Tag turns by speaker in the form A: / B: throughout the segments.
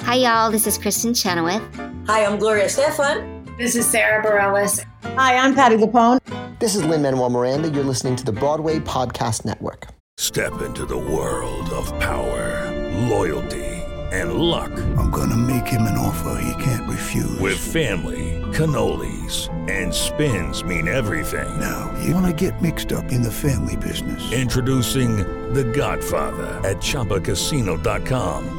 A: Hi, y'all. This is Kristen Chenoweth.
B: Hi, I'm Gloria Stefan.
C: This is Sarah Bareilles.
D: Hi, I'm Patty Lapone.
E: This is Lynn Manuel Miranda. You're listening to the Broadway Podcast Network.
F: Step into the world of power, loyalty, and luck
G: I'm gonna make him an offer he can't refuse.
F: with family, cannolis, and spins mean everything.
G: now, you wanna get mixed up in the family business.
F: Introducing The Godfather at ChumbaCasino.com.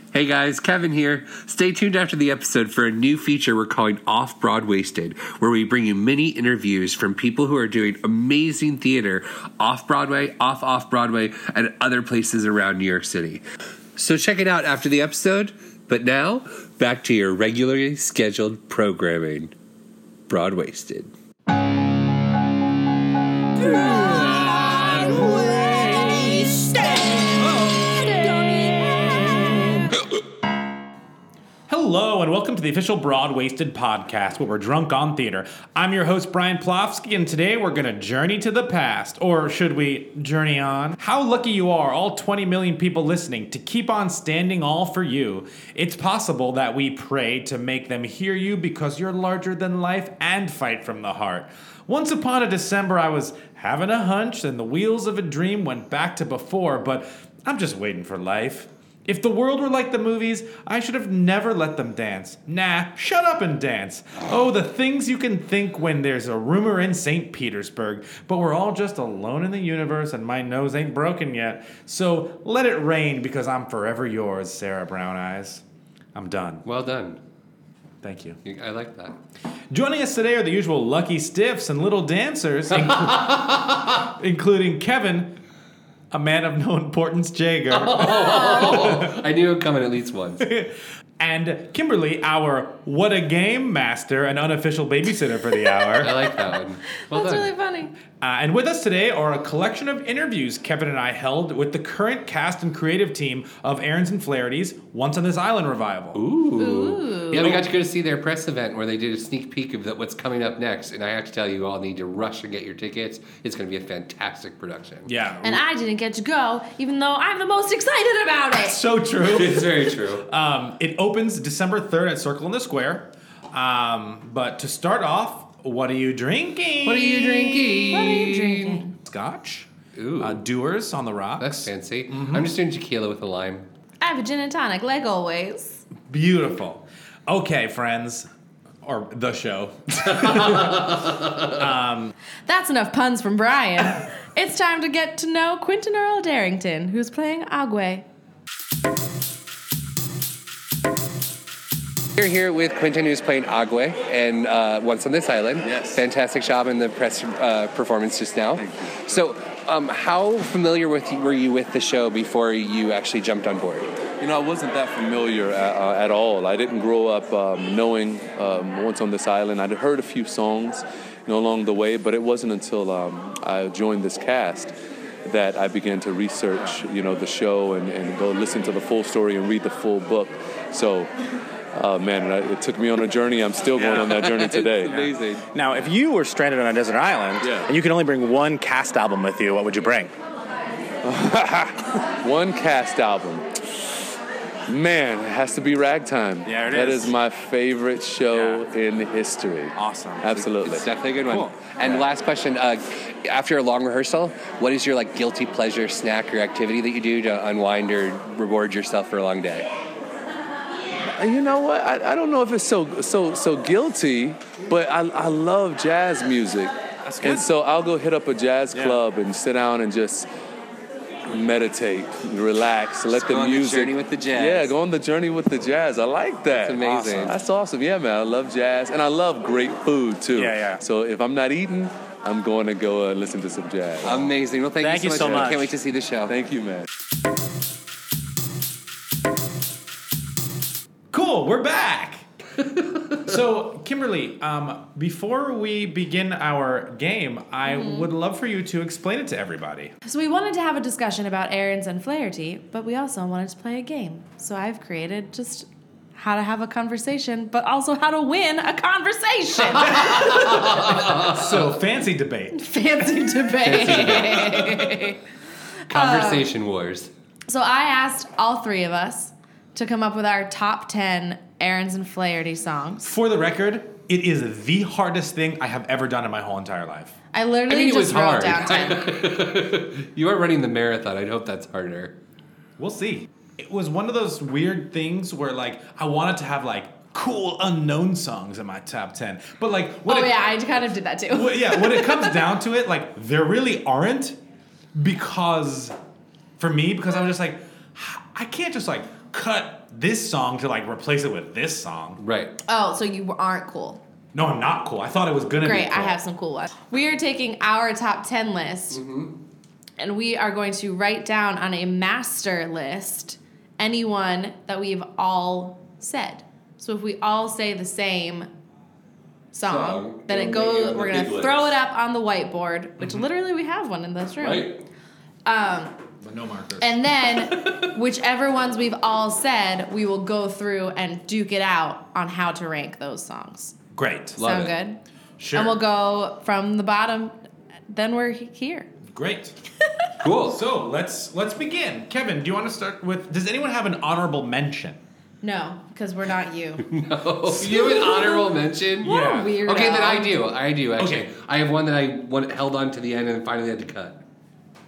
H: Hey guys, Kevin here. Stay tuned after the episode for a new feature we're calling Off Broad Wasted, where we bring you mini interviews from people who are doing amazing theater off Broadway, off off Broadway, and other places around New York City. So check it out after the episode. But now, back to your regularly scheduled programming. Broad Wasted.
I: Hello, and welcome to the official Broad Wasted podcast, where we're drunk on theater. I'm your host, Brian Plofsky, and today we're going to journey to the past. Or should we journey on? How lucky you are, all 20 million people listening, to keep on standing all for you. It's possible that we pray to make them hear you because you're larger than life and fight from the heart. Once upon a December, I was having a hunch, and the wheels of a dream went back to before, but I'm just waiting for life. If the world were like the movies, I should have never let them dance. Nah, shut up and dance. Oh, the things you can think when there's a rumor in St. Petersburg, but we're all just alone in the universe and my nose ain't broken yet. So let it rain because I'm forever yours, Sarah Brown Eyes. I'm done.
H: Well done.
I: Thank you.
H: I like that.
I: Joining us today are the usual lucky stiffs and little dancers, inclu- including Kevin, a man of no importance, Jager.
H: I knew it would come in at least once.
I: And Kimberly, our what a game master and unofficial babysitter for the
H: I
I: hour.
H: like that one. Well
C: That's
H: done.
C: really funny.
I: Uh, and with us today are a collection of interviews Kevin and I held with the current cast and creative team of Aaron's and Flaherty's Once on This Island revival.
H: Ooh. Yeah, we got to go to see their press event where they did a sneak peek of the, what's coming up next. And I have to tell you, you all need to rush and get your tickets. It's going to be a fantastic production.
I: Yeah.
C: And I didn't get to go, even though I'm the most excited about it.
I: so true.
H: It's very true.
I: Um, it opens December 3rd at Circle in the Square. Um, but to start off, what are you drinking?
H: what are you drinking?
C: What are you drinking?
I: Scotch.
H: Ooh.
I: Uh, Doers on the rocks. Mm-hmm.
H: That's fancy. I'm just doing tequila with a lime.
C: I have a gin and tonic, like always.
I: Beautiful. Okay, friends. Or the show. Um,
C: That's enough puns from Brian. it's time to get to know Quentin Earl Darrington, who's playing Agwe.
H: We're here with Quentin, who's playing Agwe, and uh, Once on This Island.
G: Yes.
H: Fantastic job in the press uh, performance just now. Thank you. So, um, how familiar with were you with the show before you actually jumped on board?
G: You know, I wasn't that familiar at, uh, at all. I didn't grow up um, knowing um, Once on This Island. I'd heard a few songs, you know, along the way, but it wasn't until um, I joined this cast that I began to research, you know, the show and, and go listen to the full story and read the full book. So, uh, man, it it took me on a journey. I'm still going on that journey today.
H: Amazing.
J: Now, if you were stranded on a desert island
G: Yeah.
J: and you could only bring one cast album with you, what would you bring?
G: One cast album. Man, it has to be Ragtime.
J: Yeah, it
G: That
J: is.
G: is my favorite show in history.
J: Awesome.
G: Absolutely.
H: It's definitely a good one.
J: Cool.
H: And last question: uh, After a long rehearsal, what is your like guilty pleasure snack or activity that you do to unwind or reward yourself for a long day?
G: You know what? I, I don't know if it's so so so guilty, but I, I love jazz music.
J: That's
G: And so I'll go hit up a jazz
J: Yeah.
G: club and sit down and just meditate, relax, let
K: go
G: the
K: on the
G: music.
K: journey with the jazz.
G: Yeah, go on the journey with the jazz. I like that.
K: That's amazing.
G: Awesome. That's awesome. Yeah, man. I love jazz, and I love great food too.
L: Yeah, yeah.
G: So if I'm not eating, I'm going to go uh, listen to some jazz.
K: Amazing. Well, Um, thank,
L: Thank
K: you
L: you
K: so,
L: so
K: much.
L: much.
K: Can't wait to see the show.
G: Thank you, man.
I: Cool, we're back. so, Kimberly, um, before we begin our game, I would love for you to explain it to everybody.
C: So we wanted to have a discussion about errands and Flaherty, but we also wanted to play a game. So I've created just how to have a conversation, but also how to win a conversation.
I: So, fancy debate.
C: Fancy debate. Uh,
K: Conversation Wars.
C: so I asked all three of us to come up with our top 10 errands and Flaherty songs.
I: For the record, it is the hardest thing I have ever done in my whole entire life.
C: I literally
K: I mean, it was
C: just wrote
K: hard.
C: down 10.
K: You are running the marathon. I'd hope that's harder.
I: We'll see. It was one of those weird things where, like, I wanted to have, like, cool unknown songs in my top 10. But, like, what
C: oh,
I: it-
C: yeah, I kind of did that too.
I: Well, yeah, when it comes down to it, like there really aren't because for me, because I'm just like, I can't just like cut this song to like replace it with this song.
K: Right.
C: Oh, so you aren't cool.
I: No, I'm not cool. I thought it was gonna be.
C: Great, I
I: cool.
C: have some cool ones. We are taking our top 10 list and we are going to write down on a master list anyone that we've all said. So if we all say the same song,
K: Song,
C: then it
K: it'll make it
C: goes
K: on
C: we're
K: the
C: going
K: big
C: to throw
K: list.
C: it up on the whiteboard, which literally we have one in this room. Um,
K: Right.
I: But no markers.
C: And then whichever ones we've all said, we will go through and duke it out on how to rank those songs.
I: Great.
C: Sound
K: Love it.
C: good?
I: Sure.
C: And we'll go from the bottom. Then we're he- here.
I: Great.
K: Cool.
I: So let's let's begin. Kevin, do you want to start with? Does anyone have an honorable mention?
C: No, because we're not you.
K: Oh, you have an honorable mention?
C: What
I: Yeah.
C: a weirdo.
K: Okay, then I do. I do, actually.
I: Okay.
K: I have one that I one, held on to the end and finally had to cut.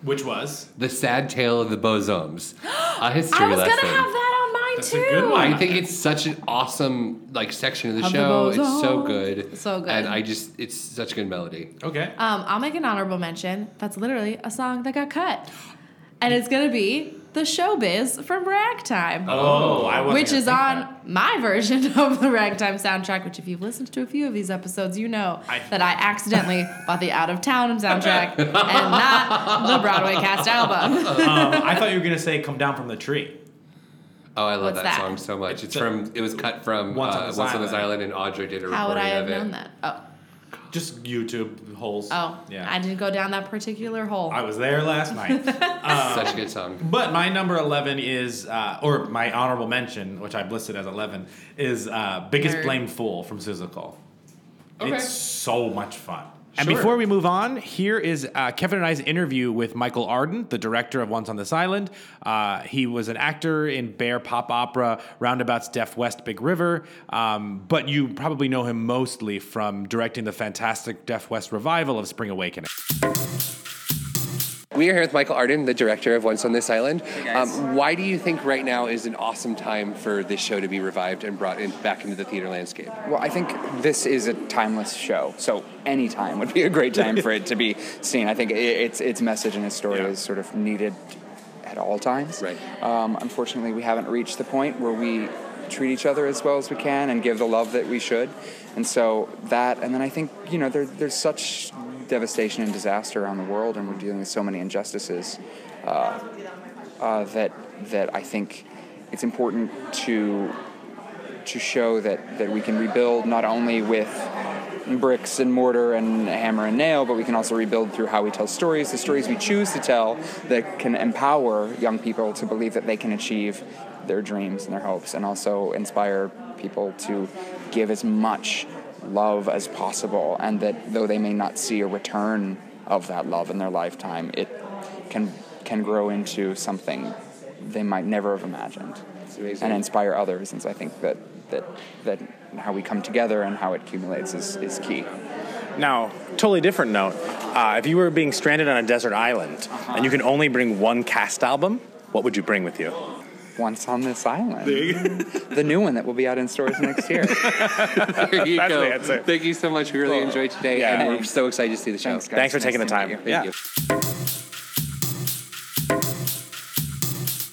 I: Which was
K: The Sad Tale of the Bosomes. A history
C: I was
K: lesson.
C: going to have that on mine
I: That's a
C: too.
I: good one.
K: I think it's such an awesome like section of the
C: Of the
K: show. it's
C: Bosomes.
K: so good.
C: So good.
K: And I just it's such a good melody.
I: okay.
C: Um, I'll make an honorable mention. That's literally a song that got cut. And it's going to be The Showbiz from Ragtime.
I: oh, I was.
C: Which is on my version of the Ragtime soundtrack, which, if you've listened to a few of these episodes, you know
I: I-
C: that I accidentally bought the Out of Town soundtrack and not the Broadway cast album.
I: Um, I thought you were gonna say "Come Down from the Tree."
K: Oh, I
C: What's
K: love that,
C: that?
K: song so much. It's,
I: a-
K: from it was cut from
I: Once on
K: uh,
I: This
K: Once on This
I: Island.
K: Island and Audrey did a recording
C: How would I have
K: of it.
C: known that? Oh,
I: Just YouTube holes.
C: oh,
I: yeah.
C: I didn't go down that particular hole.
I: I was there last night. Um,
K: Such a good song.
I: But my number 11 is, uh, or my honorable mention, which I've listed as 11, is uh, Biggest
C: Nerd.
I: Blame Fool from Sizzlecall.
K: Okay.
I: It's so much fun. And
K: Sure.
I: before we move on, here is uh, Kevin and I's interview with Michael Arden, the director of Once on This Island. Uh, he was an actor in Bear Pop Opera, Roundabouts, Deaf West, Big River. Um, but you probably know him mostly from directing the fantastic Deaf West revival of Spring Awakening.
K: We are here with Michael Arden, the director of Once on This Island. um, why do you think right now is an awesome time for this show to be revived and brought in, back into the theater landscape?
M: Well, I think this is a timeless show, so any time would be a great time for it to be seen. I think i its its message and its story
I: Yeah.
M: is sort of needed at all times.
K: Right.
M: Um, unfortunately, we haven't reached the point where we treat each other as well as we can and give the love that we should. And so that, and then I think you know there, there's such devastation and disaster around the world, and we're dealing with so many injustices uh, uh, that that I think it's important to to show that, that we can rebuild not only with bricks and mortar and hammer and nail, but we can also rebuild through how we tell stories, the stories we choose to tell that can empower young people to believe that they can achieve their dreams and their hopes, and also inspire people to give as much love as possible, and that though they may not see a return of that love in their lifetime, it can can grow into something they might never have imagined
K: amazing.
M: and inspire others. And so I think that that that how we come together and how it accumulates is, is key.
L: Now, totally different note. Uh, if you were being stranded on a desert island and you can only bring one cast album, what would you bring with you?
M: Once on this island, the new one that will be out in stores next year.
K: There you
L: That's
K: go.
L: the answer.
K: Thank you so much. We really enjoyed today,
L: Yeah.
K: and we're so excited to see the show.
M: Thanks, guys.
L: Thanks for
M: Nice
L: taking the
M: to meet
L: time.
M: you.
K: Thank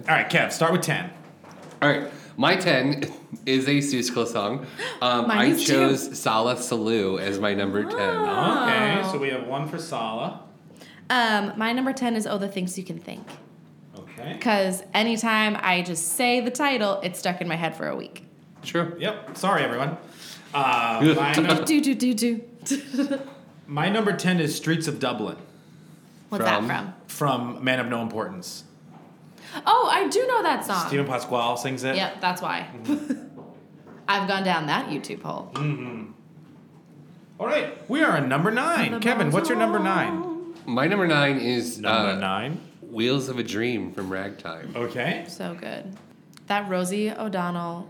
K: you.
I: All right, Kev, start with 10.
H: All right, my 10 is a Seussical song. Um,
I: Mine
H: I
I: is too. Ah.
H: chose Salah Salou as my number 10.
I: Okay, so we have one for Sala.
C: Um, my number 10 is Oh, the Things You Can Think.
I: Okay.
C: Because anytime I just say the title, it's stuck in my head for a week.
H: Sure.
I: Yep. Sorry, everyone. Uh, my, num-
C: do, do, do, do.
I: my number 10 is Streets of Dublin.
C: What's that from?
I: From Man of No Importance.
C: Oh, I do know that song.
I: Stephen Pasquale sings it.
C: Yep, that's why. I've gone down that YouTube hole.
I: Mm-hmm. All right, we are on number nine. Kevin, what's your number nine?
H: My number 9 is.
I: Number
H: uh,
I: 9?
H: Wheels of a Dream from Ragtime.
I: Okay.
C: So good. That Rosie O'Donnell.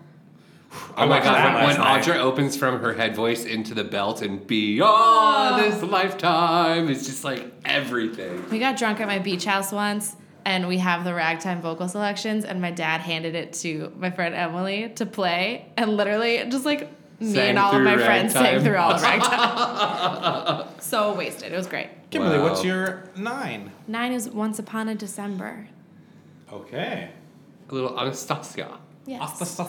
H: Oh my
I: watched that
H: god, when, when
I: last
H: Audra opens from her head voice into the belt and beyond this lifetime, it's just like everything.
C: We got drunk at my beach house once, and we have the ragtime vocal selections, and my dad handed it to my friend Emily to play, and literally just like me
H: Sang
C: and all of
H: through
C: my friends sang
H: ragtime.
C: through all of ragtime. so wasted. It was great.
I: Kimberly,
H: Wow.
I: what's your nine?
C: Nine is Once Upon a December.
I: Okay.
H: A little Anastasia.
C: Yes.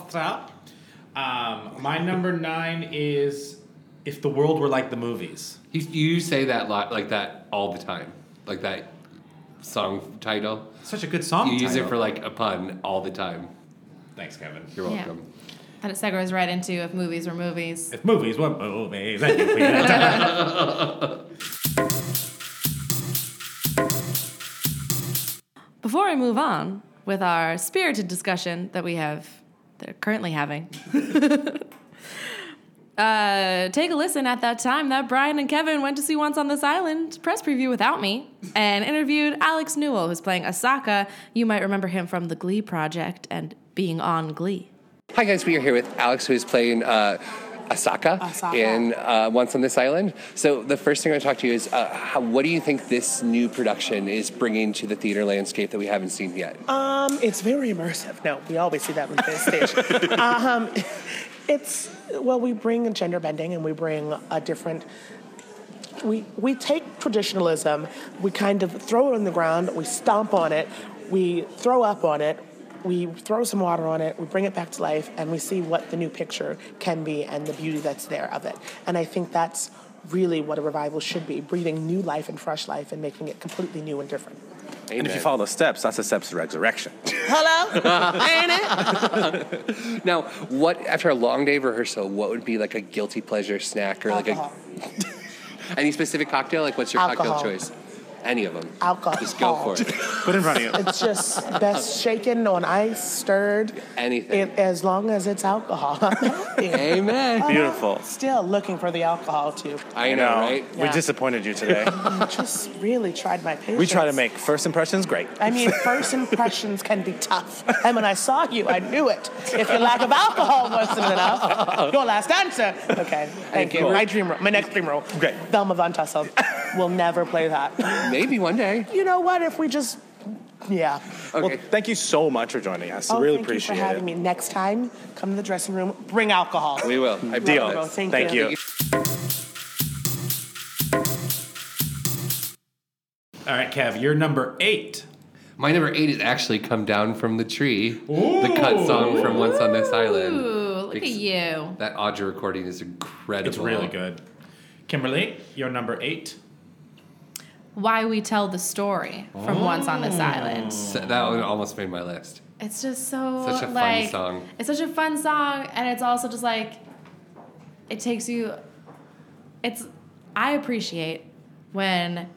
I: Um, my number nine is If the World Were Like the Movies.
H: You, you say that lot like that all the time, like that song title.
I: Such a good song.
H: You use it
I: title.
H: for like a pun all the time.
I: Thanks, Kevin.
H: You're
C: Yeah.
H: welcome.
C: And it segues right into If Movies Were Movies.
I: If movies were movies.
C: Before I move on with our spirited discussion that we have, that are currently having, uh, take a listen at that time that Brian and Kevin went to see Once on This Island press preview without me and interviewed Alex Newell, who's playing Asaka. You might remember him from The Glee Project and being on Glee.
H: Hi guys, we are here with Alex, who is playing uh, Asaka,
C: Asaka.
H: in uh, Once on This Island. So the first thing I want to talk to you is, uh, how, what do you think this new production is bringing to the theater landscape that we haven't seen yet?
N: Um, it's very immersive. No, we always see that on the stage.
C: Uh,
N: um, it's well, we bring gender bending and we bring a different. We we take traditionalism, we kind of throw it on the ground, we stomp on it, we throw up on it, we throw some water on it, we bring it back to life, and we see what the new picture can be and the beauty that's there of it. And I think that's really what a revival should be: breathing new life and fresh life and making it completely new and different.
L: And if you follow those steps, that's the steps to resurrection.
N: Hello, ain't it?
H: now, what after a long day of rehearsal, what would be like a guilty pleasure snack or like
N: Alcohol.
H: a any specific cocktail? Like, what's your
N: Alcohol.
H: cocktail choice? Any of them.
N: Alcohol.
H: Just go for it.
L: Put in front of
N: It's just best shaken on ice, stirred.
H: Anything.
N: It, as long as it's alcohol. Uh,
H: Amen.
L: Beautiful.
N: Still looking for the alcohol too.
H: I know, right?
L: We
N: Yeah.
L: disappointed you today.
N: just really tried my patience.
L: we try to make first impressions great.
N: I mean, first impressions can be tough. And when I saw you, I knew it. If your lack of alcohol wasn't enough, your last answer. Okay, thank you.
H: Cool.
N: My dream role, my next dream role. Great. Thelma Von Tussle. will never play that.
H: Maybe one day.
N: You know what? If we just, yeah.
L: Okay. Well, thank you so much for joining us.
N: Oh,
L: really
N: thank
L: appreciate
N: you for having
L: it.
N: me. Next time, come to the dressing room, bring alcohol.
H: We will.
L: I Deal.
N: Wonderful. Thank
L: Thank
N: you.
L: you.
I: All right, Kev, you're number eight.
H: My number eight is actually "Come Down from the Tree," the cut song from Once on This
C: Ooh,
H: Island.
C: look at
H: Ex-
C: you.
H: That Audra recording is incredible.
I: It's really good. Kimberly, you're number eight.
C: Why we tell the story from Once on
H: Oh.
C: This Island.
H: So that one almost made my list.
C: It's just so
H: Such a fun
C: like
H: song.
C: it's such a fun song, and it's also just like it takes you. It's I appreciate when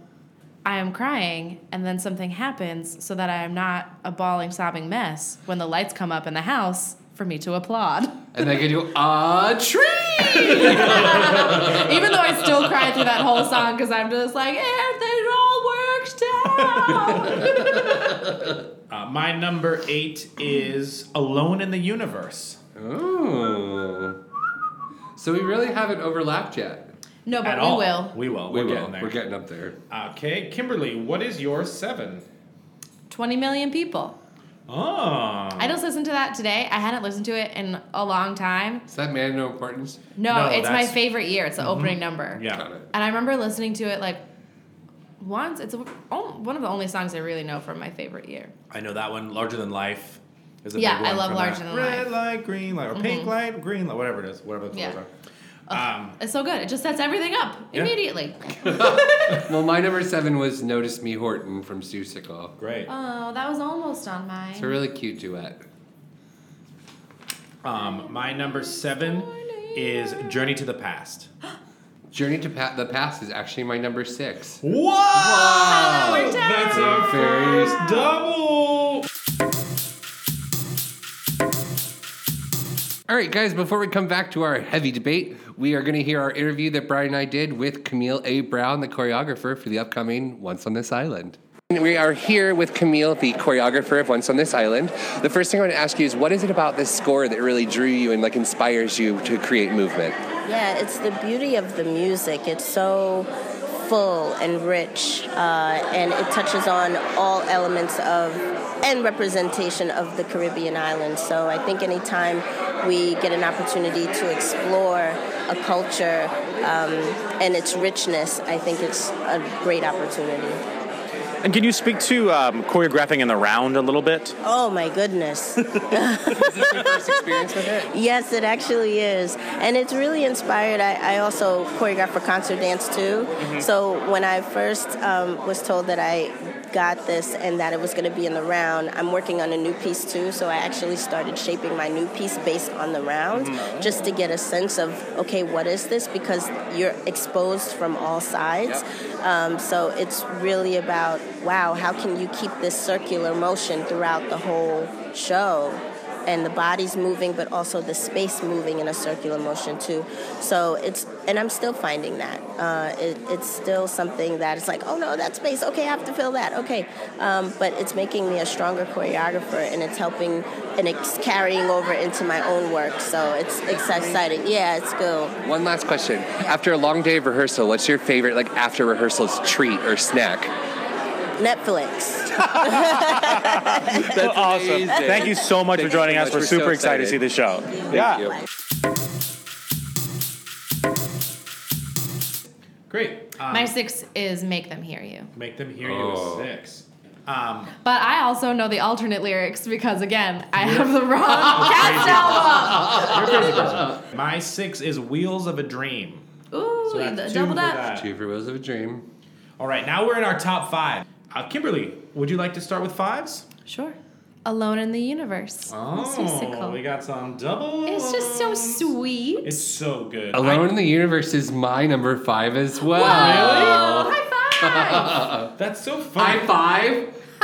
C: I am crying and then something happens, so that I am not a bawling, sobbing mess when the lights come up in the house for me to applaud.
H: And they could do a tree.
C: Even though I still cry through that whole song because I'm just like, if they all worked out.
I: Uh, my number eight is Alone in the Universe.
H: Ooh. Oh. So we really haven't overlapped yet.
C: no, but
I: At
C: we
I: all.
C: will.
I: We will.
H: We
I: We're
H: will.
I: getting there.
H: We're getting up there.
I: Okay, Kimberly, what is your seven?
C: Twenty million people.
I: Oh.
C: I just listened to that today. I hadn't listened to it in a long time.
H: Is that man of no importance?
C: No, it's my
I: that's- Mm-hmm.
C: favorite year. It's the opening number.
I: Yeah.
C: And I remember listening to it like once. It's a, oh, one of the only songs I really know from my favorite year.
I: I know that one, Larger Than Life. Is a
C: Yeah, I
I: big one
C: love
I: from
C: Larger
I: that.
C: Than
I: Red
C: Life.
I: light, green light, or pink
C: Mhm.
I: light, green light, whatever it is, whatever the
C: Yeah.
I: colors are. Um,
C: It's so good. It just sets everything up
H: Yeah.
C: immediately.
H: well, my number seven was Notice Me Horton from Sue Sickle.
I: Great.
C: Oh, that was almost on mine.
H: It's a really cute duet.
I: um, my number seven is Journey to the Past.
H: Journey to pa- the Past is actually my number six.
I: Whoa! That's our
H: Very-
I: first double.
H: All right, guys, before we come back to our heavy debate, we are going to hear our interview that Brian and I did with Camille A. Brown, the choreographer for the upcoming Once on This Island. And We are here with Camille, the choreographer of Once on This Island. The first thing I want to ask you is what is it about this score that really drew you and like inspires you to create movement?
O: Yeah, it's the beauty of the music. It's so full and rich, uh, and it touches on all elements of and representation of the Caribbean islands. So I think anytime we get an opportunity to explore a culture um, and its richness, I think it's a great opportunity.
L: And can you speak to um, choreographing in the round a little bit?
O: Oh my goodness. is this your first
H: experience with it?
O: Yes, it actually is. And it's really inspired. I, I also choreograph for concert dance too.
P: Mhm.
O: So when I first um, was told that I got this and that it was going to be in the round, I'm working on a new piece too. So I actually started shaping my new piece based on the round
P: Mhm.
O: just to get a sense of, okay, what is this? Because you're exposed from all sides. Um, so it's really about, wow, how can you keep this circular motion throughout the whole show? And the body's moving, but also the space moving in a circular motion too. So it's, and I'm still finding that. Uh, it, it's still something that it's like, oh no, that space. Okay, I have to fill that. Okay, um, but it's making me a stronger choreographer, and it's helping, and it's carrying over into my own work. So it's it's exciting. Yeah, it's cool.
H: One last question. After a long day of rehearsal, what's your favorite like after rehearsals treat or snack?
O: Netflix.
H: That's
L: awesome.
H: amazing.
L: Thank you so much
H: Thank
L: for
H: you
L: joining
H: so
L: us.
H: much.
L: We're,
H: We're so
L: super excited to see
H: excited.
L: the show.
H: Thank
L: yeah.
H: you.
I: Great. Um,
C: My six is Make Them Hear You.
I: Make them hear
H: Oh.
I: you is six. Um,
C: But I also know the alternate lyrics because, again, I have the wrong cast album.
I: You're a crazy person. My six is Wheels of a Dream.
C: Ooh, the double up.
H: Two for Wheels of a Dream.
I: All right, now we're in our top five. Uh, Kimberly, would you like to start with fives? Oh,
C: Sure. Alone in the Universe. Susical.
I: we got some double.
C: It's just so sweet.
I: It's so good.
H: Alone in the Universe is my number five as well.
I: Whoa,
C: Really?
I: high That's so funny.
H: High five.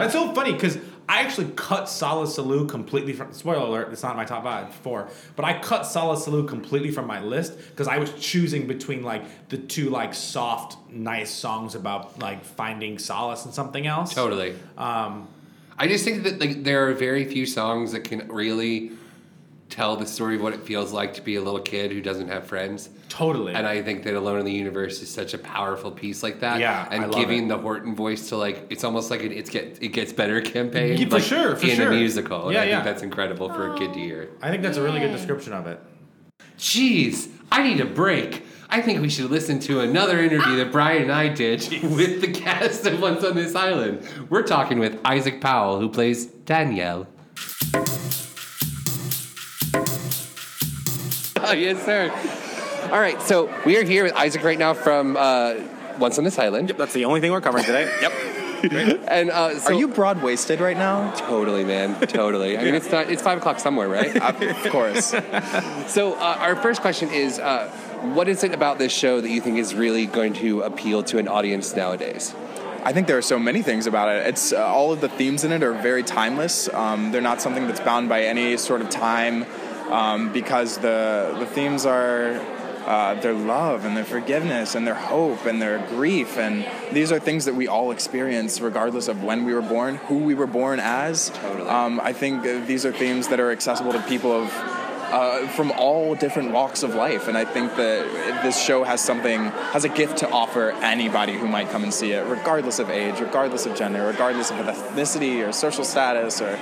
I: That's so funny because I actually cut Sala Salou completely from. Spoiler alert: It's not in my top five, four. But I cut Sala Salou completely from my list because I was choosing between like the two like soft, nice songs about like finding solace and something else.
H: Totally.
I: Um,
H: I just think that like there are very few songs that can really tell the story of what it feels like to be a little kid who doesn't have friends.
I: Totally.
H: And I think that Alone in the Universe is such a powerful piece like that.
I: Yeah,
H: And
I: I love
H: giving
I: it.
H: the Horton voice to like it's almost like an it's get it gets better campaign.
I: Yeah, for
H: like,
I: sure, for
H: in
I: sure.
H: a musical. And
I: Yeah,
H: I
I: yeah.
H: think that's incredible for a kid to hear.
I: I think that's a really good description of it.
H: Jeez, I need a break. I think we should listen to another interview that Brian and I did with the cast of Once on This Island. We're talking with Isaac Powell, who plays Danielle. Oh, yes, sir. All right, so we are here with Isaac right now from uh, Once on This Island. Yep,
L: that's the only thing we're covering today. yep.
H: And uh, so
J: Are you broad waisted right now?
H: Totally, man. Totally. I mean, it's not. It's five o'clock somewhere, right? of course. so, uh, our first question is, uh, what is it about this show that you think is really going to appeal to an audience nowadays?
J: I think there are so many things about it. It's uh, all of the themes in it are very timeless. Um, they're not something that's bound by any sort of time, um, because the the themes are uh, their love and their forgiveness and their hope and their grief, and these are things that we all experience regardless of when we were born, who we were born as. Totally. Um, I think uh, these are themes that are accessible to people of uh, from all different walks of life. And I think that this show has something, has a gift to offer anybody who might come and see it, regardless of age, regardless of gender, regardless of ethnicity or social status or,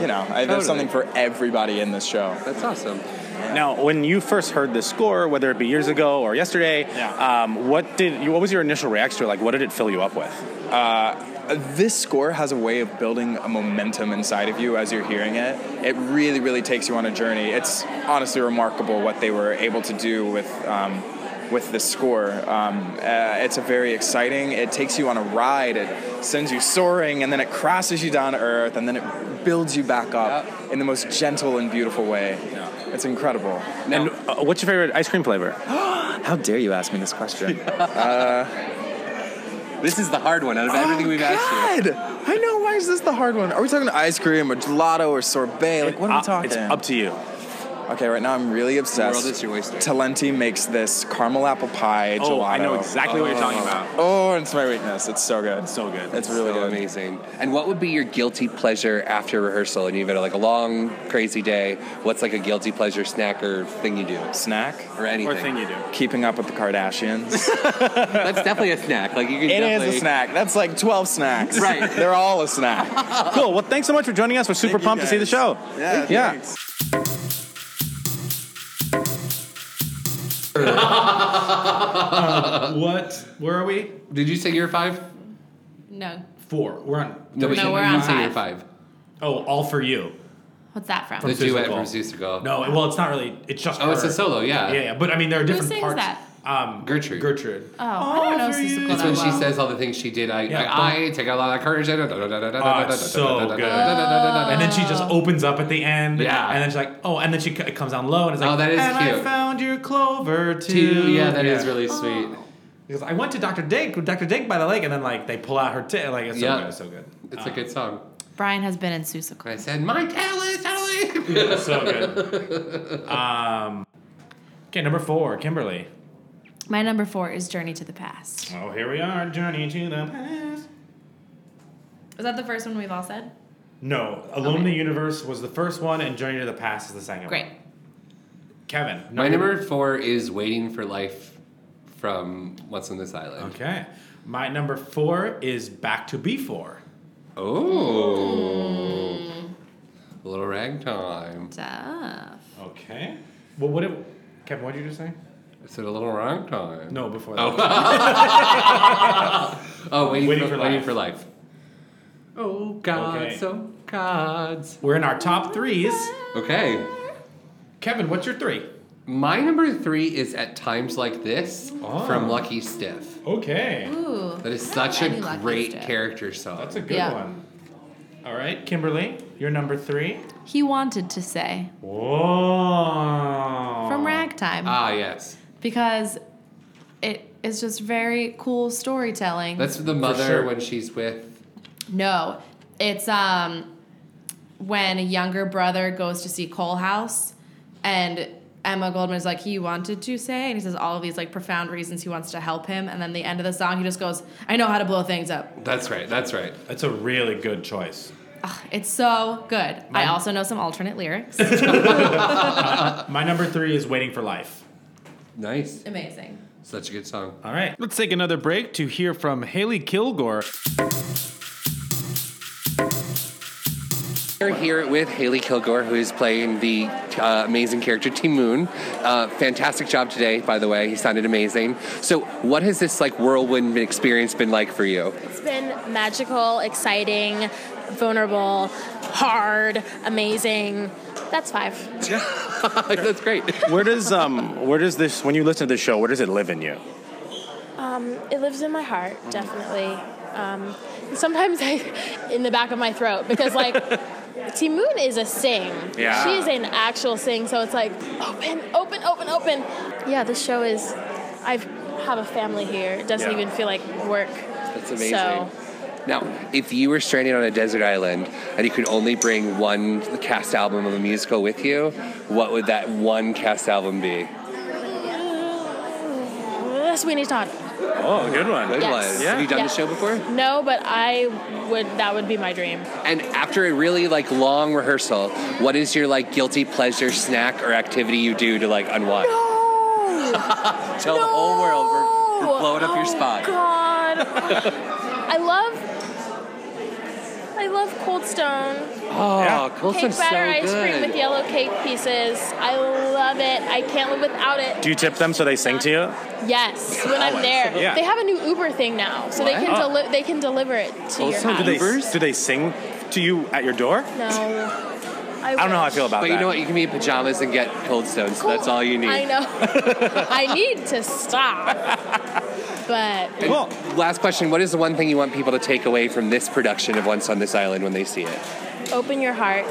J: you know, I, there's
H: Totally.
J: something for everybody in this show.
H: That's awesome.
L: Now, when you first heard the score, whether it be years ago or yesterday, um, what did you, what was your initial reaction to it? Like, what did it fill you up with?
J: Uh, this score has a way of building a momentum inside of you as you're hearing it. It really, really takes you on a journey. It's honestly remarkable what they were able to do with um, with this score. Um, uh, it's a very exciting. It takes you on a ride. It sends you soaring, and then it crashes you down to earth, and then it builds you back up in the most gentle and beautiful way. It's incredible.
L: and uh, what's your favorite ice cream flavor?
J: How dare you ask me this question? uh,
H: This is the hard one out of everything we've asked you.
J: Oh, God, I know. Why is this the hard one? Are we talking ice cream or gelato or sorbet? Like,
H: Uh,
J: what are we talking?
L: it's up to you.
J: Okay, right now I'm really obsessed.
H: is your oyster.
J: Talenti makes this caramel apple pie
H: Oh,
J: gelato.
H: I know exactly what you're talking about.
J: Oh, it's my weakness. It's so good. It's
L: so good.
J: It's really
H: so
J: good.
H: amazing. And what would be your guilty pleasure after rehearsal? And you've had like a long, crazy day. What's like a guilty pleasure snack or thing you do?
J: Snack
H: or anything?
L: you do.
J: Keeping up with the Kardashians.
H: That's definitely a snack. Like you can.
J: It is
H: definitely...
J: a snack. That's like 12 snacks.
H: Right.
J: They're all a snack.
L: cool. Well, thanks so much for joining us. We're super
J: Thank you,
L: pumped to see the
J: guys.
L: show.
J: Yeah,
L: yeah.
I: Uh, what? Where are we?
H: Did you say you're five?
C: No.
I: Four. We're on.
H: No, but
C: No,
H: you,
C: we're
H: you
C: on
H: say you're
C: five.
H: five.
I: Oh, all for you.
C: What's that from?
H: The
I: Seuss
H: duet
I: Recall.
H: from Seuss Recall.
I: No, well, it's not really. It's just.
H: Oh, it's
I: her.
H: a solo, yeah.
I: Yeah, yeah. But I mean, there are
C: Who
I: different
C: sings
I: parts.
C: that?
I: Um,
H: Gertrude.
I: Gertrude.
C: Oh, I don't know Seussical
H: It's
C: that
H: when
C: well.
H: she says all the things she did. I,
I: Yeah,
H: I, I take a lot of courage. And
I: Oh, it's so good. And then she just opens up at the end.
H: Yeah.
I: And then she's like, oh, and then she c- it comes down low and it's like,
H: Oh, that is
I: and I
H: cute.
I: found your clover too. Oh.
H: Two, yeah, that is really sweet.
I: Because I went to Dr. Dink, with Dr. Dink by the lake, and then like they pull out her tit. Like it's
H: Yeah.
I: so good,
H: It's
I: it's so good.
H: a good song.
C: Brian has been in Seussical.
H: I said, my tail is Halloween.
I: Yeah, it's so good. Um, okay, number four, Kimberly.
C: My number four is Journey to the Past.
I: Oh, here we are, journey to the past.
C: Was that the first one we've all said?
I: No, Alone in the Universe was the first one, and Journey to the Past is the second
C: Great.
I: one. Kevin,
H: Uh, My number four is Waiting for Life from What's on This Island.
I: Okay. My number four is Back to B4.
H: Oh. A little ragtime.
C: Tough.
I: Okay. Well, what if, Kevin, what did you just say?
H: I said a little ragtime.
I: No, before that.
H: Oh, oh waiting,
I: Waiting
H: for,
I: for
H: waiting
I: Life.
H: for life. Oh, God,
I: Okay.
H: so gods.
I: We're in our top threes.
H: Okay.
I: Kevin, what's your three?
H: My number three is At Times Like This from
I: Oh.
H: Lucky Stiff.
I: Okay.
C: Ooh.
H: That is
C: I
H: such
C: like
H: a
C: Lucky
H: great
C: Stiff.
H: character song.
I: That's a good
C: Yeah.
I: one. All right, Kimberly, your number three.
C: He wanted to say
I: Whoa.
C: from Ragtime
H: Ah, yes.
C: because it is just very cool storytelling.
H: That's the mother when she's with.
C: No, it's um when a younger brother goes to see Cole House and Emma Goldman is like, he wanted to say, and he says all of these like profound reasons he wants to help him, and then the end of the song he just goes, I know how to blow things up.
H: That's right, that's right.
I: That's a really good choice.
C: It's so good. I also know some alternate lyrics.
I: My number three is Waiting for Life.
H: Nice.
C: Amazing.
H: Such a good song.
I: All right, let's take another break to hear from Haley Kilgore.
H: We're here with Haley Kilgore, who is playing the uh, amazing character Timoon. Uh, fantastic job today, by the way. He sounded amazing. So, what has this like whirlwind experience been like for you?
P: It's been magical, exciting, vulnerable, hard, amazing. That's five.
H: That's great.
L: where does um where does this when you listen to the show, where does it live in you?
P: Um, it lives in my heart, definitely. Um, and sometimes I, in the back of my throat, because like Timoon is a sing.
Q: Yeah.
P: She is an actual sing, so it's like open, open, open, open. Yeah, this show is. I have a family here. It doesn't
H: Yeah.
P: even feel like work. That's
H: amazing.
P: So
H: Now, if you were stranded on a desert island and you could only bring one cast album of a musical with you, what would that one cast album be?
P: that's Sweeney Todd.
H: Oh,
L: good one.
H: Good
P: Yes.
H: one.
P: Yeah.
H: Have you done
P: Yeah.
H: the show before?
P: No, but I would. That would be my dream.
H: And after a really like long rehearsal, what is your like guilty pleasure snack or activity you do to like unwind? Tell the whole world we're,
P: Oh,
H: we're blowing up your spot.
P: God, I love. I I love Cold Stone.
H: Oh, yeah.
P: cake batter ice cream with yellow cake pieces. I love it. I can't live without it.
L: Do you tip them so they sing to you?
P: Yes, when I'm there.
L: Yeah.
P: They have a new Uber thing now, so they
L: What?
P: can
L: Oh.
P: deli- they can deliver it to your house.
L: do they, do they sing to you at your door?
P: No. I,
L: don't know how I feel about
H: but But you
L: that.
H: know what? You can be in pajamas and get cold stones. That's all you need.
P: I know. I need to stop. But
H: And Last question. What is the one thing you want people to take away from this production of Once on This Island when they see it?
P: open your heart,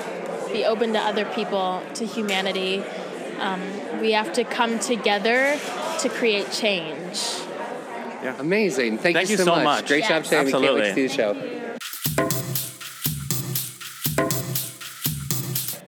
P: be open to other people, to humanity. Um, we have to come together to create change.
H: Yeah. Amazing. Thank,
L: Thank
H: you,
L: you so much.
H: Great job,
L: Yes.
H: Sam. We can't wait
L: Absolutely.
H: to see the show.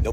Q: No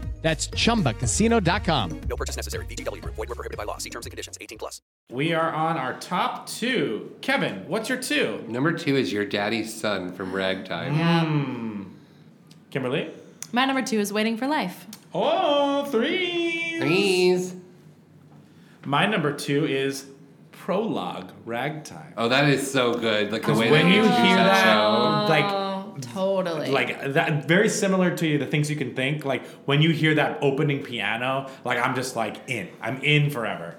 R: That's chumbacasino.com.
Q: No purchase necessary. VGW Group. Void were prohibited by law. See terms and conditions. 18 plus.
I: We are on our top two. Kevin, what's your two?
H: Number two is your daddy's son from Ragtime.
C: Yeah.
I: Hmm. Kimberly?
C: My number two is Waiting for Life.
I: Oh, threes.
H: Threes.
I: My number two is prologue ragtime.
H: Oh, that is so good. Like the
I: 'Cause
H: way
I: when
H: they
I: you
H: introduce
I: hear
H: that
I: that, like
C: Oh, totally.
I: like that very similar to the things you can think like when you hear that opening piano like i'm just like in i'm in forever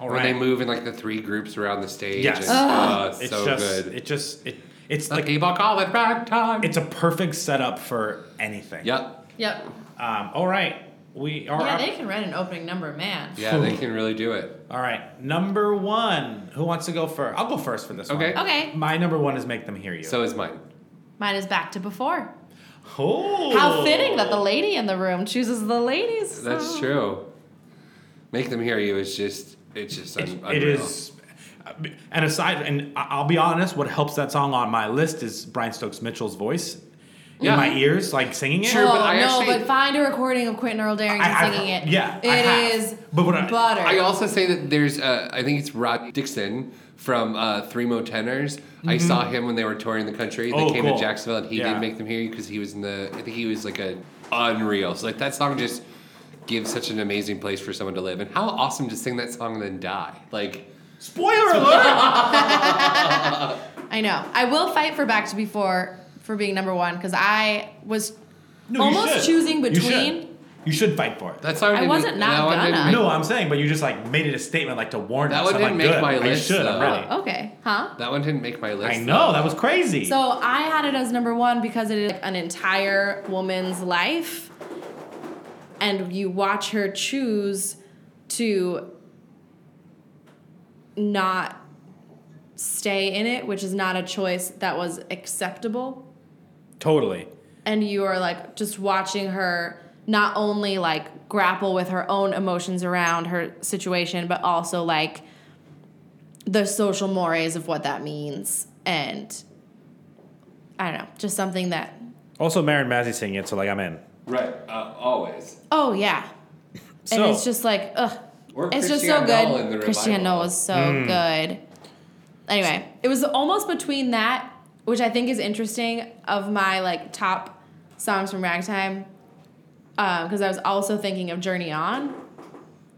I: all
H: When
I: right
H: they move in like the three groups around the stage.
I: yes
H: And, oh, it's, so
I: just
H: good.
I: it just it it's
H: Let
I: like
H: people call it ragtime
I: it's a perfect setup for anything
H: yep
C: Yep.
I: um all right we are
C: Yeah,
I: up-
C: they can write an opening number, man.
H: Yeah, they can really do it.
I: all right number one who wants to go first i'll go first for this
H: Okay.
I: one
C: Okay.
I: my number one is make them hear you so
H: is mine
C: Mine is back to before.
I: oh
C: How fitting that the lady in the room chooses the ladies.
H: That's true. Make them hear you is just it's just un- unreal.
I: It is. And aside, and I- I'll be honest, what helps that song on my list is Brian Stokes Mitchell's voice
H: Yeah.
I: in my ears, like singing it.
C: oh, no, but find a recording of Quentin Earl Darrington
I: I- I-
C: singing it.
I: yeah,
C: it
H: I have.
C: is
I: But what
C: butter.
H: I also say that there's uh, I think it's Rod Dixon from uh, Three Mo Tenors. I
I: Mhm.
H: saw him when they were touring the country. They
I: Oh,
H: came
I: cool.
H: to Jacksonville and he
I: Yeah.
H: did make them hear you because he was in the I think he was like a unreal. So like that song just gives such an amazing place for someone to live. And how awesome to sing that song and then die. Like
I: Spoiler alert!
C: I know. I will fight for Back to Before for being number one because I was
I: No, you should.
C: almost choosing
I: You should.
C: between.
I: You should fight for it.
H: That's
C: I already- wasn't not that one gonna. didn't make-
I: No, I'm saying, but you just like made it a statement, like to warn
H: That
I: us.
H: one
I: I'm
H: didn't
I: like,
H: make
I: good,
H: my
I: I
H: list,
I: should. I'm
H: though.
I: ready.
C: Okay, huh?
H: That one didn't make my list.
I: I know that was crazy.
C: So I had it as number one because it is like an entire woman's life, and you watch her choose to not stay in it, which is not a choice that was acceptable.
I: totally.
C: and you are like just watching her not only like grapple with her own emotions around her situation but also like the social mores of what that means and i don't know just something that
I: Also, Marin Mazzy singing it, so like I'm in.
H: Right. Uh, always.
C: oh yeah
I: So-
C: and it's just like ugh
H: Or
C: it's just so
H: Christiane Noll in the
C: good
H: revival.
C: christian Noll is so
I: Hmm.
H: Mm.
C: good anyway it was almost between that which i think is interesting of my like top songs from um, ragtime because i was also thinking of journey on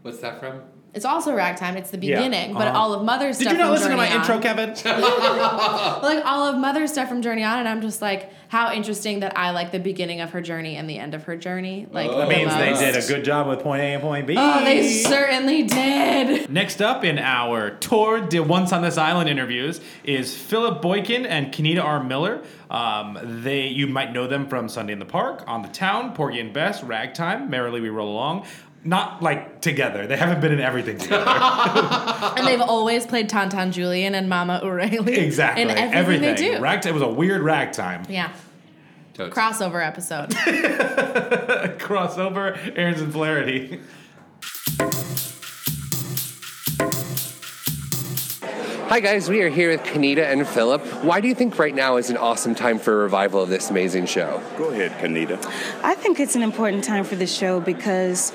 H: What's that from?
C: It's also ragtime. It's the
I: Yeah.
C: beginning, but
I: Uh-huh.
C: all of Mother's
I: Did
C: stuff.
I: you not
C: from
I: listen to my
C: Journey On-
I: intro, Kevin?
C: like all of Mother's stuff from Journey On, and I'm just like, how interesting that I like the beginning of her journey and the end of her journey. Like
I: that
C: the
I: means they
C: most.
I: did a good job with point A and point B.
C: Oh, they certainly did.
I: Next up in our Tour de Once on This Island interviews is Philip Boykin and Kenita R. Miller. Um, they you might know them from Sunday in the Park, On the Town, Porgy and Bess, Ragtime, Merrily We Roll Along. Not like together. They haven't been in everything together.
C: and they've always played Tauntaun Julian and Mama O'Reilly.
I: exactly.
C: In everything, they do.
I: Ragtime it was a weird ragtime.
C: yeah. Crossover episode.
I: Crossover, Aaron's and Flaherty.
H: Hi, guys. We are here with Kanita and Philip. Why do you think right now is an awesome time for a revival of this amazing show? Go ahead, Kanita.
S: I think it's an important time for the show because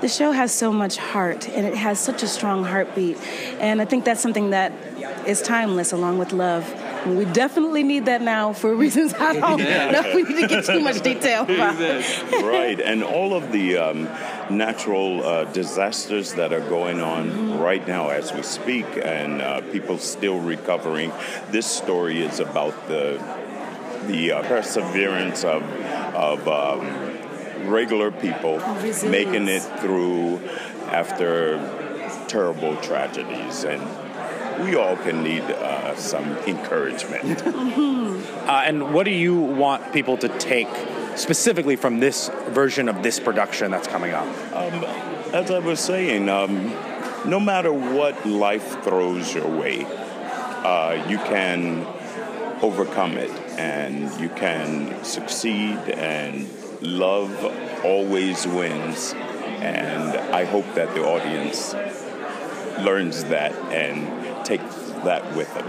S: the show has so much heart and it has such a strong heartbeat. And I think that's something that is timeless along with love. And we definitely need that now for reasons I don't know. We need to get too much detail about.
T: right, and all of the um, natural uh, disasters that are going on right now as we speak, and uh, people still recovering. This story is about the the uh, perseverance of of um, regular people
U: Resilience.
T: making it through after terrible tragedies and. We all can need uh, some encouragement.
L: Uh, and what do you want people to take specifically from this version of this production that's coming up?
T: Um, as I was saying, um, no matter what life throws your way, uh, you can overcome it and you can succeed, and love always wins. And I hope that the audience learns that and takes that with them.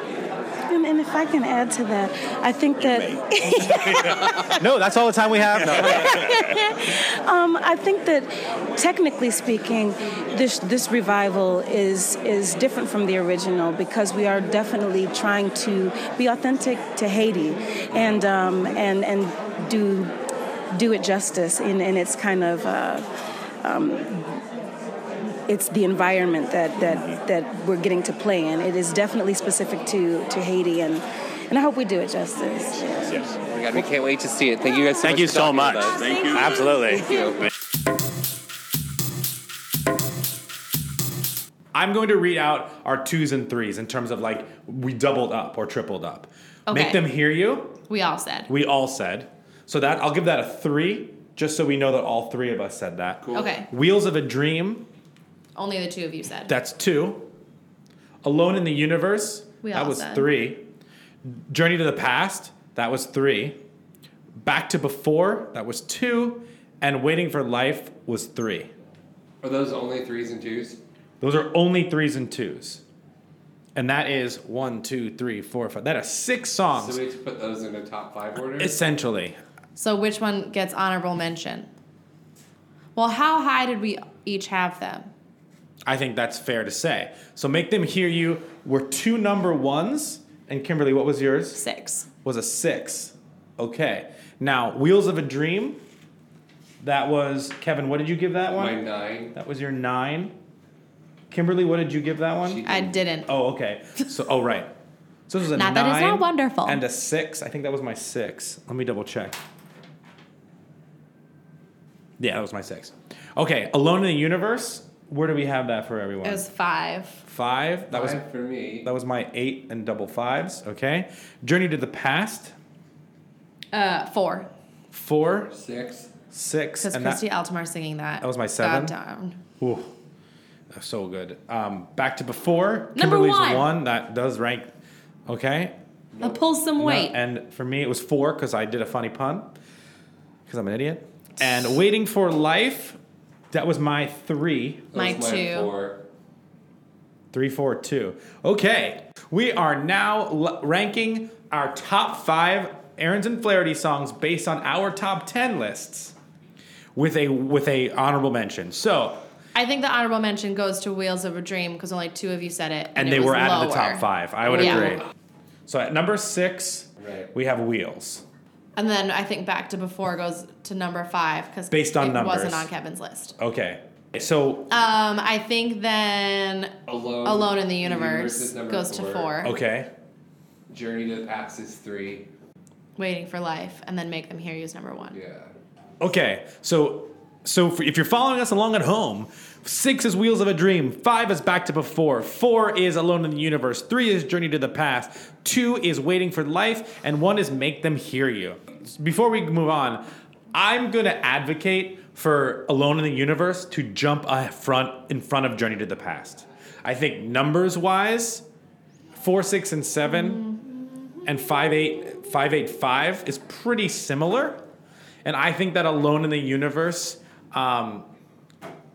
S: And, and if I can add to that, I think that
L: no, that's all the time we have.
S: um, I think that technically speaking, this this revival is is different from the original because we are definitely trying to be authentic to Haiti and um, and and do do it justice in, in its kind of. Uh, um, it's the environment that, that, that we're getting to play in. It is definitely specific to, to Haiti, and, and I hope we do it justice.
H: Yes. Oh my God, we can't wait to see it. Thank you guys so
L: Thank
H: much.
L: you
H: for
L: so
H: talking
L: much.
H: with us.
L: Thank you. Absolutely.
H: Thank you.
I: I'm going to read out our twos and threes in terms of like we doubled up or tripled up. Make
C: Okay.
I: them hear you.
C: We all said.
I: We all said. So that I'll give that a three, just so we know that all three of us said that. Cool.
C: Okay.
I: Wheels of a Dream.
C: Only the two of you said.
I: That's two. Alone in the Universe.
C: We
I: that
C: all
I: was
C: said.
I: three. Journey to the Past. That was three. Back to Before. That was two. And Waiting for Life was three.
H: Are those only threes and twos?
I: Those are only threes and twos. And that is one, two, three, four, five. That is six songs,
H: So we have to put those in a top five order?
I: essentially.
C: So which one gets honorable mention? Well, how high did we each have them?
I: I think that's fair to say. So make them hear you. Were two number ones. And Kimberly, what was yours?
C: Six.
I: Was a six. Okay. Now, Wheels of a Dream. That was, Kevin, what did you give that one?
H: My nine.
I: That was your nine. Kimberly, what did you give that one?
C: I didn't.
I: Oh, okay. So, oh, right. So this was a
C: Not that
I: nine.
C: it's not wonderful.
I: And a six. I think that was my six. Let me double check. Yeah, that was my six. Okay, Alone in the Universe. Where do we have that for everyone?
C: It was five.
I: five. That was
H: Five for me.
I: That was my eight and double fives. Okay, Journey to the Past.
C: Uh, four.
I: Four.
H: Six.
I: Six.
C: Because
I: And that,
C: Christy Altamar singing that.
I: that was my seven.
C: Goddamn.
I: Ooh, that's so good. Um, back to before.
C: Number
I: Kimberly's
C: one.
I: That does rank. Okay.
C: Now pull some
I: No,
C: weight.
I: and for me, it was four because I did a funny pun because I'm an idiot. And waiting for life. That was my three.
C: That My was my two.
I: Three, four, two. Okay. We are now l- ranking our top five Aaron's and Flaherty songs based on our top ten lists with a with a honorable mention. So
C: I think the honorable mention goes to Wheels of a Dream because only two of you said it.
I: and
C: it
I: they
C: was
I: were out of the
C: lower.
I: top five. I would
C: Yeah.
I: agree. So at number six, we have Wheels.
C: And then I think Back to Before goes to number five because
I: Based on
C: it
I: numbers.
C: wasn't on Kevin's list.
I: Okay. So
C: Um, I think then
H: Alone,
C: Alone in the
H: in the Universe
C: Universe
H: is number
C: goes to
H: four.
C: four.
I: okay,
H: Journey to the Past is three.
C: Waiting for Life, and then Make Them Hear You is number one.
H: Yeah.
I: okay. So so if- if you're following us along at home, six is Wheels of a Dream, five is Back to Before, four is Alone in the Universe, three is Journey to the Past, two is Waiting for Life, and one is Make Them Hear You. Before we move on, I'm gonna advocate for Alone in the Universe to jump a front in front of Journey to the Past. I think numbers wise, four, six, and 7 and five eight five eight five is pretty similar, and I think that Alone in the Universe, um,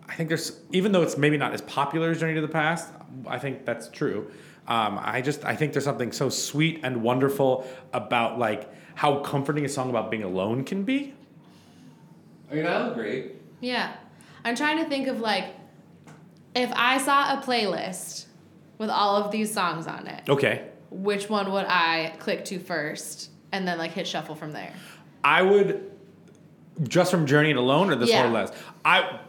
I: I think there's even though it's maybe not as popular as Journey to the Past, I think that's true. Um, I just I think there's something so sweet and wonderful about like how comforting a song about being alone can be.
H: I mean, I'll agree.
C: Yeah. I'm trying to think of like if I saw a playlist with all of these songs on it,
I: Okay,
C: which one would I click to first and then like hit shuffle from there?
I: I would just from Journey and Alone or this
C: Yeah.
I: whole list. I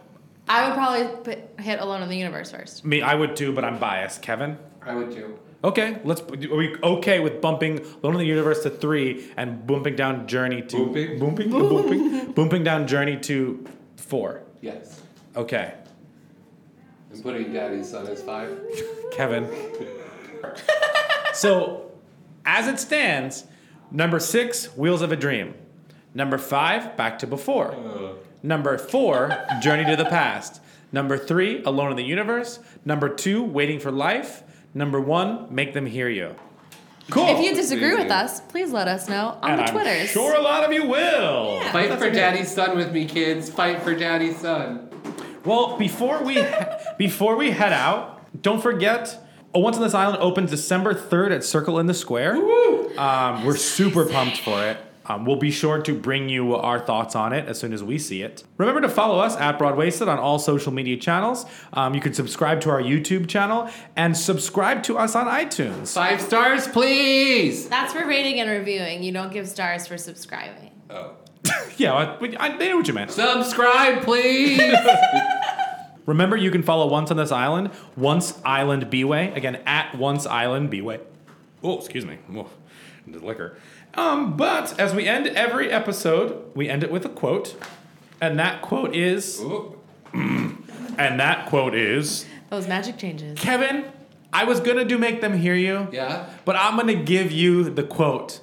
C: I would probably put, hit Alone in the Universe first.
I: me I would too, but I'm biased. Kevin,
H: I would too.
I: Okay, let's. Are we okay with bumping Lone in the Universe to three and bumping down Journey to bumping, bumping, bumping, bumping down Journey to four?
H: Yes.
I: Okay,
H: And putting Daddy's Son as five.
I: Kevin. so, as it stands, number six, Wheels of a Dream. Number five, Back to Before. Number four, Journey to the Past. Number three, Alone in the Universe. Number two, Waiting for Life. Number one, Make Them Hear You. Cool.
C: If you disagree with us, please let us know on
I: And
C: the
I: I'm
C: Twitters.
I: sure a lot of you will.
H: Fight for Daddy's Son with me, kids. Fight for Daddy's Son.
I: Well, before we before we head out, don't forget. Oh, Once on this island opens December third at Circle in the Square. Um, we're super pumped for it. Um, we'll be sure to bring you our thoughts on it as soon as we see it. Remember to follow us at Broadwasted on all social media channels. Um, you can subscribe to our YouTube channel and subscribe to us on iTunes.
H: Five stars, please.
C: That's for rating and reviewing. You don't give stars for subscribing.
H: Oh.
I: yeah, I, I, they know what you meant.
H: Subscribe, please.
I: Remember, you can follow Once on This Island, Once Island B-Way, again, at Once Island B-Way. Oh, excuse me. Whoa, the liquor. Um, but as we end every episode, we end it with a quote. And that quote is... and that quote is...
C: Those magic changes.
I: Kevin, I was gonna do make them hear you.
H: Yeah.
I: But I'm gonna give you the quote,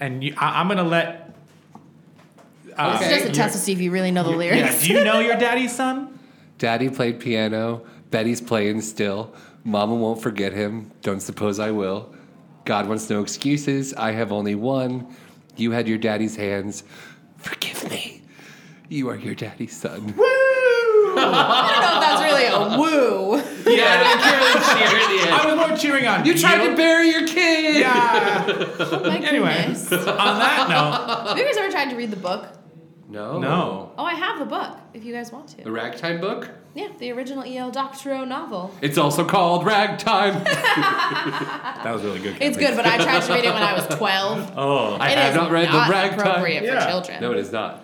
I: and you, I, I'm gonna let. uh,
C: It's just a
I: your-
C: test to see if you really know the lyrics.
I: Yeah, do you know your daddy's son?
H: Daddy played piano. Betty's playing still. Mama won't forget him. Don't suppose I will. God wants no excuses. I have only one. You had your daddy's hands. Forgive me. You are your daddy's son.
C: I don't know if that's really a woo.
H: Yeah, I didn't really cheer at the end.
I: I was more cheering on
H: You tried to bury your kid.
I: Yeah.
C: My
I: anyway,
C: goodness.
I: on that note.
C: Have you guys ever tried to read the book?
H: No.
I: No.
C: Oh, I have the book. If you guys want to.
H: The ragtime book?
C: Yeah, the original E.L. Doctorow novel.
H: It's also called ragtime.
I: that was really good.
C: It's good, but I tried to read it when I was 12.
H: Oh, I
C: It
H: have
C: is
H: not read
C: not
H: the ragtime.
C: appropriate for Yeah. children.
H: No, it is not.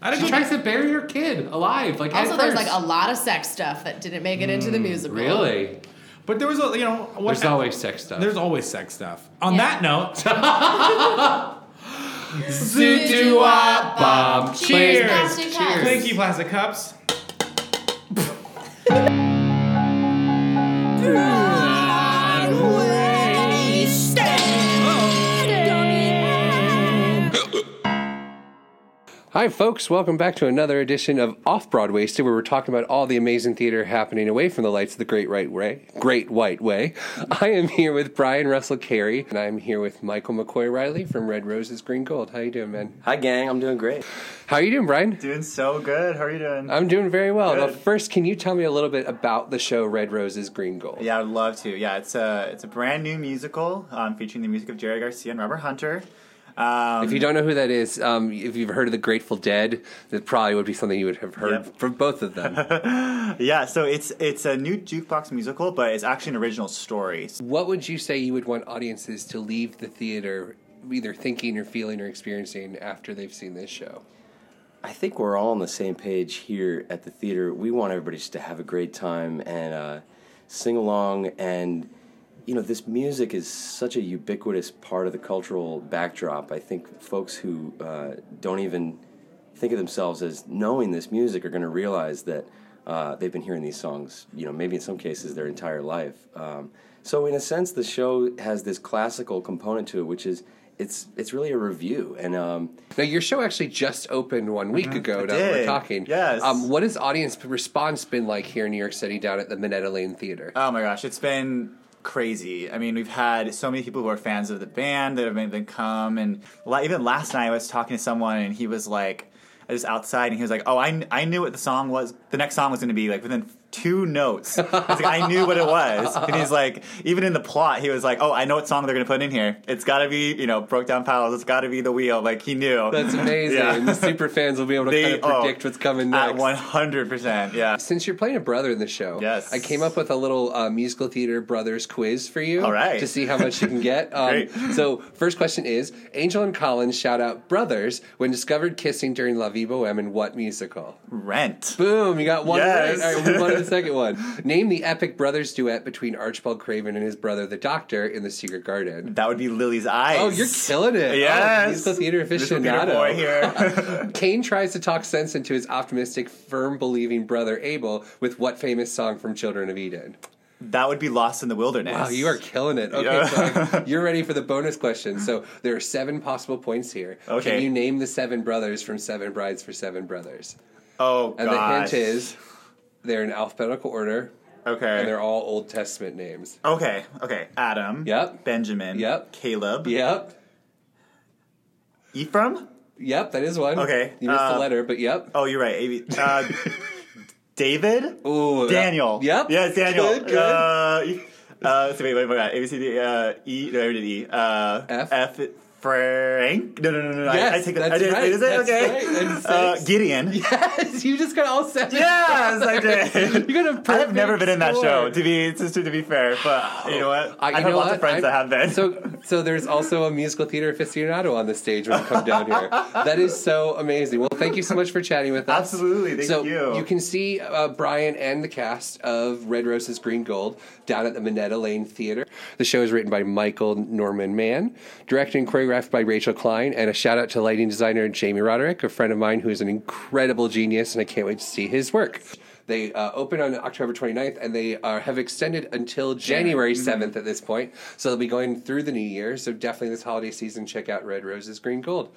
I: I
H: she tries to bury her kid alive. Like
C: Also,
H: head
C: there's
H: first. Mm,
C: like a lot of sex stuff that didn't make it into the musical.
H: really.
I: But there was a you know what
H: There's always sex stuff.
I: There's always sex stuff. On that note,
H: Zoot-doo-wop-bop.
I: Cheers.
H: Plastic cups.
I: Thank you, plastic cups.
H: Hi, folks. Welcome back to another edition of Off Broadway, where we're talking about all the amazing theater happening away from the lights of the Great Right Way, Great White Way. I am here with Brian Russell Carey, and I'm here with Michael McCoy Riley from Red Roses Green Gold. How you doing, man?
V: Hi, gang. I'm doing great.
H: How you doing, Brian?
V: Doing so good. How are you doing?
H: I'm doing very well. Now,
V: Good.
H: first, can you tell me a little bit about the show Red Roses Green Gold?
V: Yeah, I'd love to. Yeah, it's a it's a brand new musical um, featuring the music of Jerry Garcia and Robert Hunter. Um,
H: If you don't know who that is, um, if you've heard of the Grateful Dead, that probably would be something you would have heard from both of them.
V: yeah, so it's it's a new jukebox musical, but it's actually an original story.
H: What would you say you would want audiences to leave the theater either thinking or feeling or experiencing after they've seen this show?
W: I think we're all on the same page here at the theater. We want everybody just to have a great time and uh, sing along. And, you know, this music is such a ubiquitous part of the cultural backdrop. I think folks who uh, don't even think of themselves as knowing this music are going to realize that uh, they've been hearing these songs, you know, maybe in some cases their entire life. Um, so, in a sense, the show has this classical component to it, which is. It's, it's really a review and um,
H: now your show actually just opened one
V: Mm-hmm.
H: week ago.
W: Mm-hmm. It
H: Now that we're
W: did.
H: talking. Yes. Um, what has audience response been like here in New York City, down at the Minetta Lane Theater?
V: Oh my gosh, it's been crazy. I mean, we've had so many people who are fans of the band that have been been come, and la- even last night I was talking to someone and he was like, I was outside and he was like, "Oh, I, kn- I knew what the song was. The next song was going to be like within two notes. I was like, I knew what it was." And he's like, even in the plot, he was like, "Oh, I know what song they're going to put in here. It's got to be you know broke down pals. It's got to be the wheel." Like he knew.
H: That's amazing. The super fans will be able to kind
V: oh,
H: of predict what's coming next.
V: One hundred percent. Yeah.
H: Since you're playing a brother in the show, yes, I came up with a little uh, musical theater brothers quiz for you.
V: All right.
H: to see how much you can get. Um,
V: Great.
H: So first question is: Angel and Colin shout out brothers when discovered kissing during La Vie Boheme in what musical?
V: Rent.
H: Boom! You got one
V: Yes.
H: right. All right, move on to the second one. Name the epic brothers duet between Archibald Craven and his brother, the Doctor, in the Secret Garden.
V: That would be Lily's Eyes.
H: Oh, you're killing it!
V: Yes.
H: oh, musical theater
V: Musical
H: aficionado.
V: theater boy here.
H: Kane tries to talk sense into his optimistic, firm believing brother Abel with what famous song from Children of Eden?
V: That would be Lost in the Wilderness.
H: Wow, you are killing it. Okay,
V: Yeah.
H: so like, you're ready for the bonus question. So there are seven possible points here. Can
V: Okay.
H: you name the seven brothers from Seven Brides for Seven Brothers?
V: Oh,
H: And
V: gosh.
H: the hint is they're in alphabetical order.
V: Okay.
H: And they're all Old Testament names.
V: Okay, okay. Adam. Yep. Benjamin. Yep. Caleb.
H: Yep.
V: Ephraim?
H: Yep, that is one.
V: Okay.
H: You missed the letter, but yep.
V: Oh, you're right. AB. Uh, David?
H: Ooh.
V: Daniel.
H: Yep.
V: Yes, Daniel.
H: Good, good.
V: Uh, E- uh, so wait, wait, wait. A, B, C, D, uh, E. No, I did E. Uh, F. F. Frank? No, no, no, no. I-
H: Yes,
V: I, take that.
H: that's
V: I did,
H: right.
V: Is it?
H: That's
V: okay.
H: right. And
V: Uh,
H: six.
V: Gideon.
H: Yes, you just got all seven.
V: Yes, I did.
H: You got a perfect
V: I've never been in that show,
H: score.
V: to be to, to be fair, but you know what?
H: I-
V: I've
H: you
V: had
H: know
V: lots
H: what?
V: of friends
H: I'm-
V: that have been.
H: So, so there's also a musical theater aficionado on the stage when you come down here. That is so amazing. Well, thank you so much for chatting with us.
V: Absolutely, thank
H: so
V: you.
H: You can see uh, Brian and the cast of Red Roses Green Gold down at the Minetta Lane Theater. The show is written by Michael Norman Mann, directed and choreographed by Rachel Klein, and a shout out to lighting designer Jamie Roderick, a friend of mine who is an incredible genius, and I can't wait to see his work. They uh, open on October 29th, and they are, have extended until January
U: Mhm.
H: 7th at this point. So they'll be going through the new year. So definitely this holiday season, check out Red Roses Green Gold.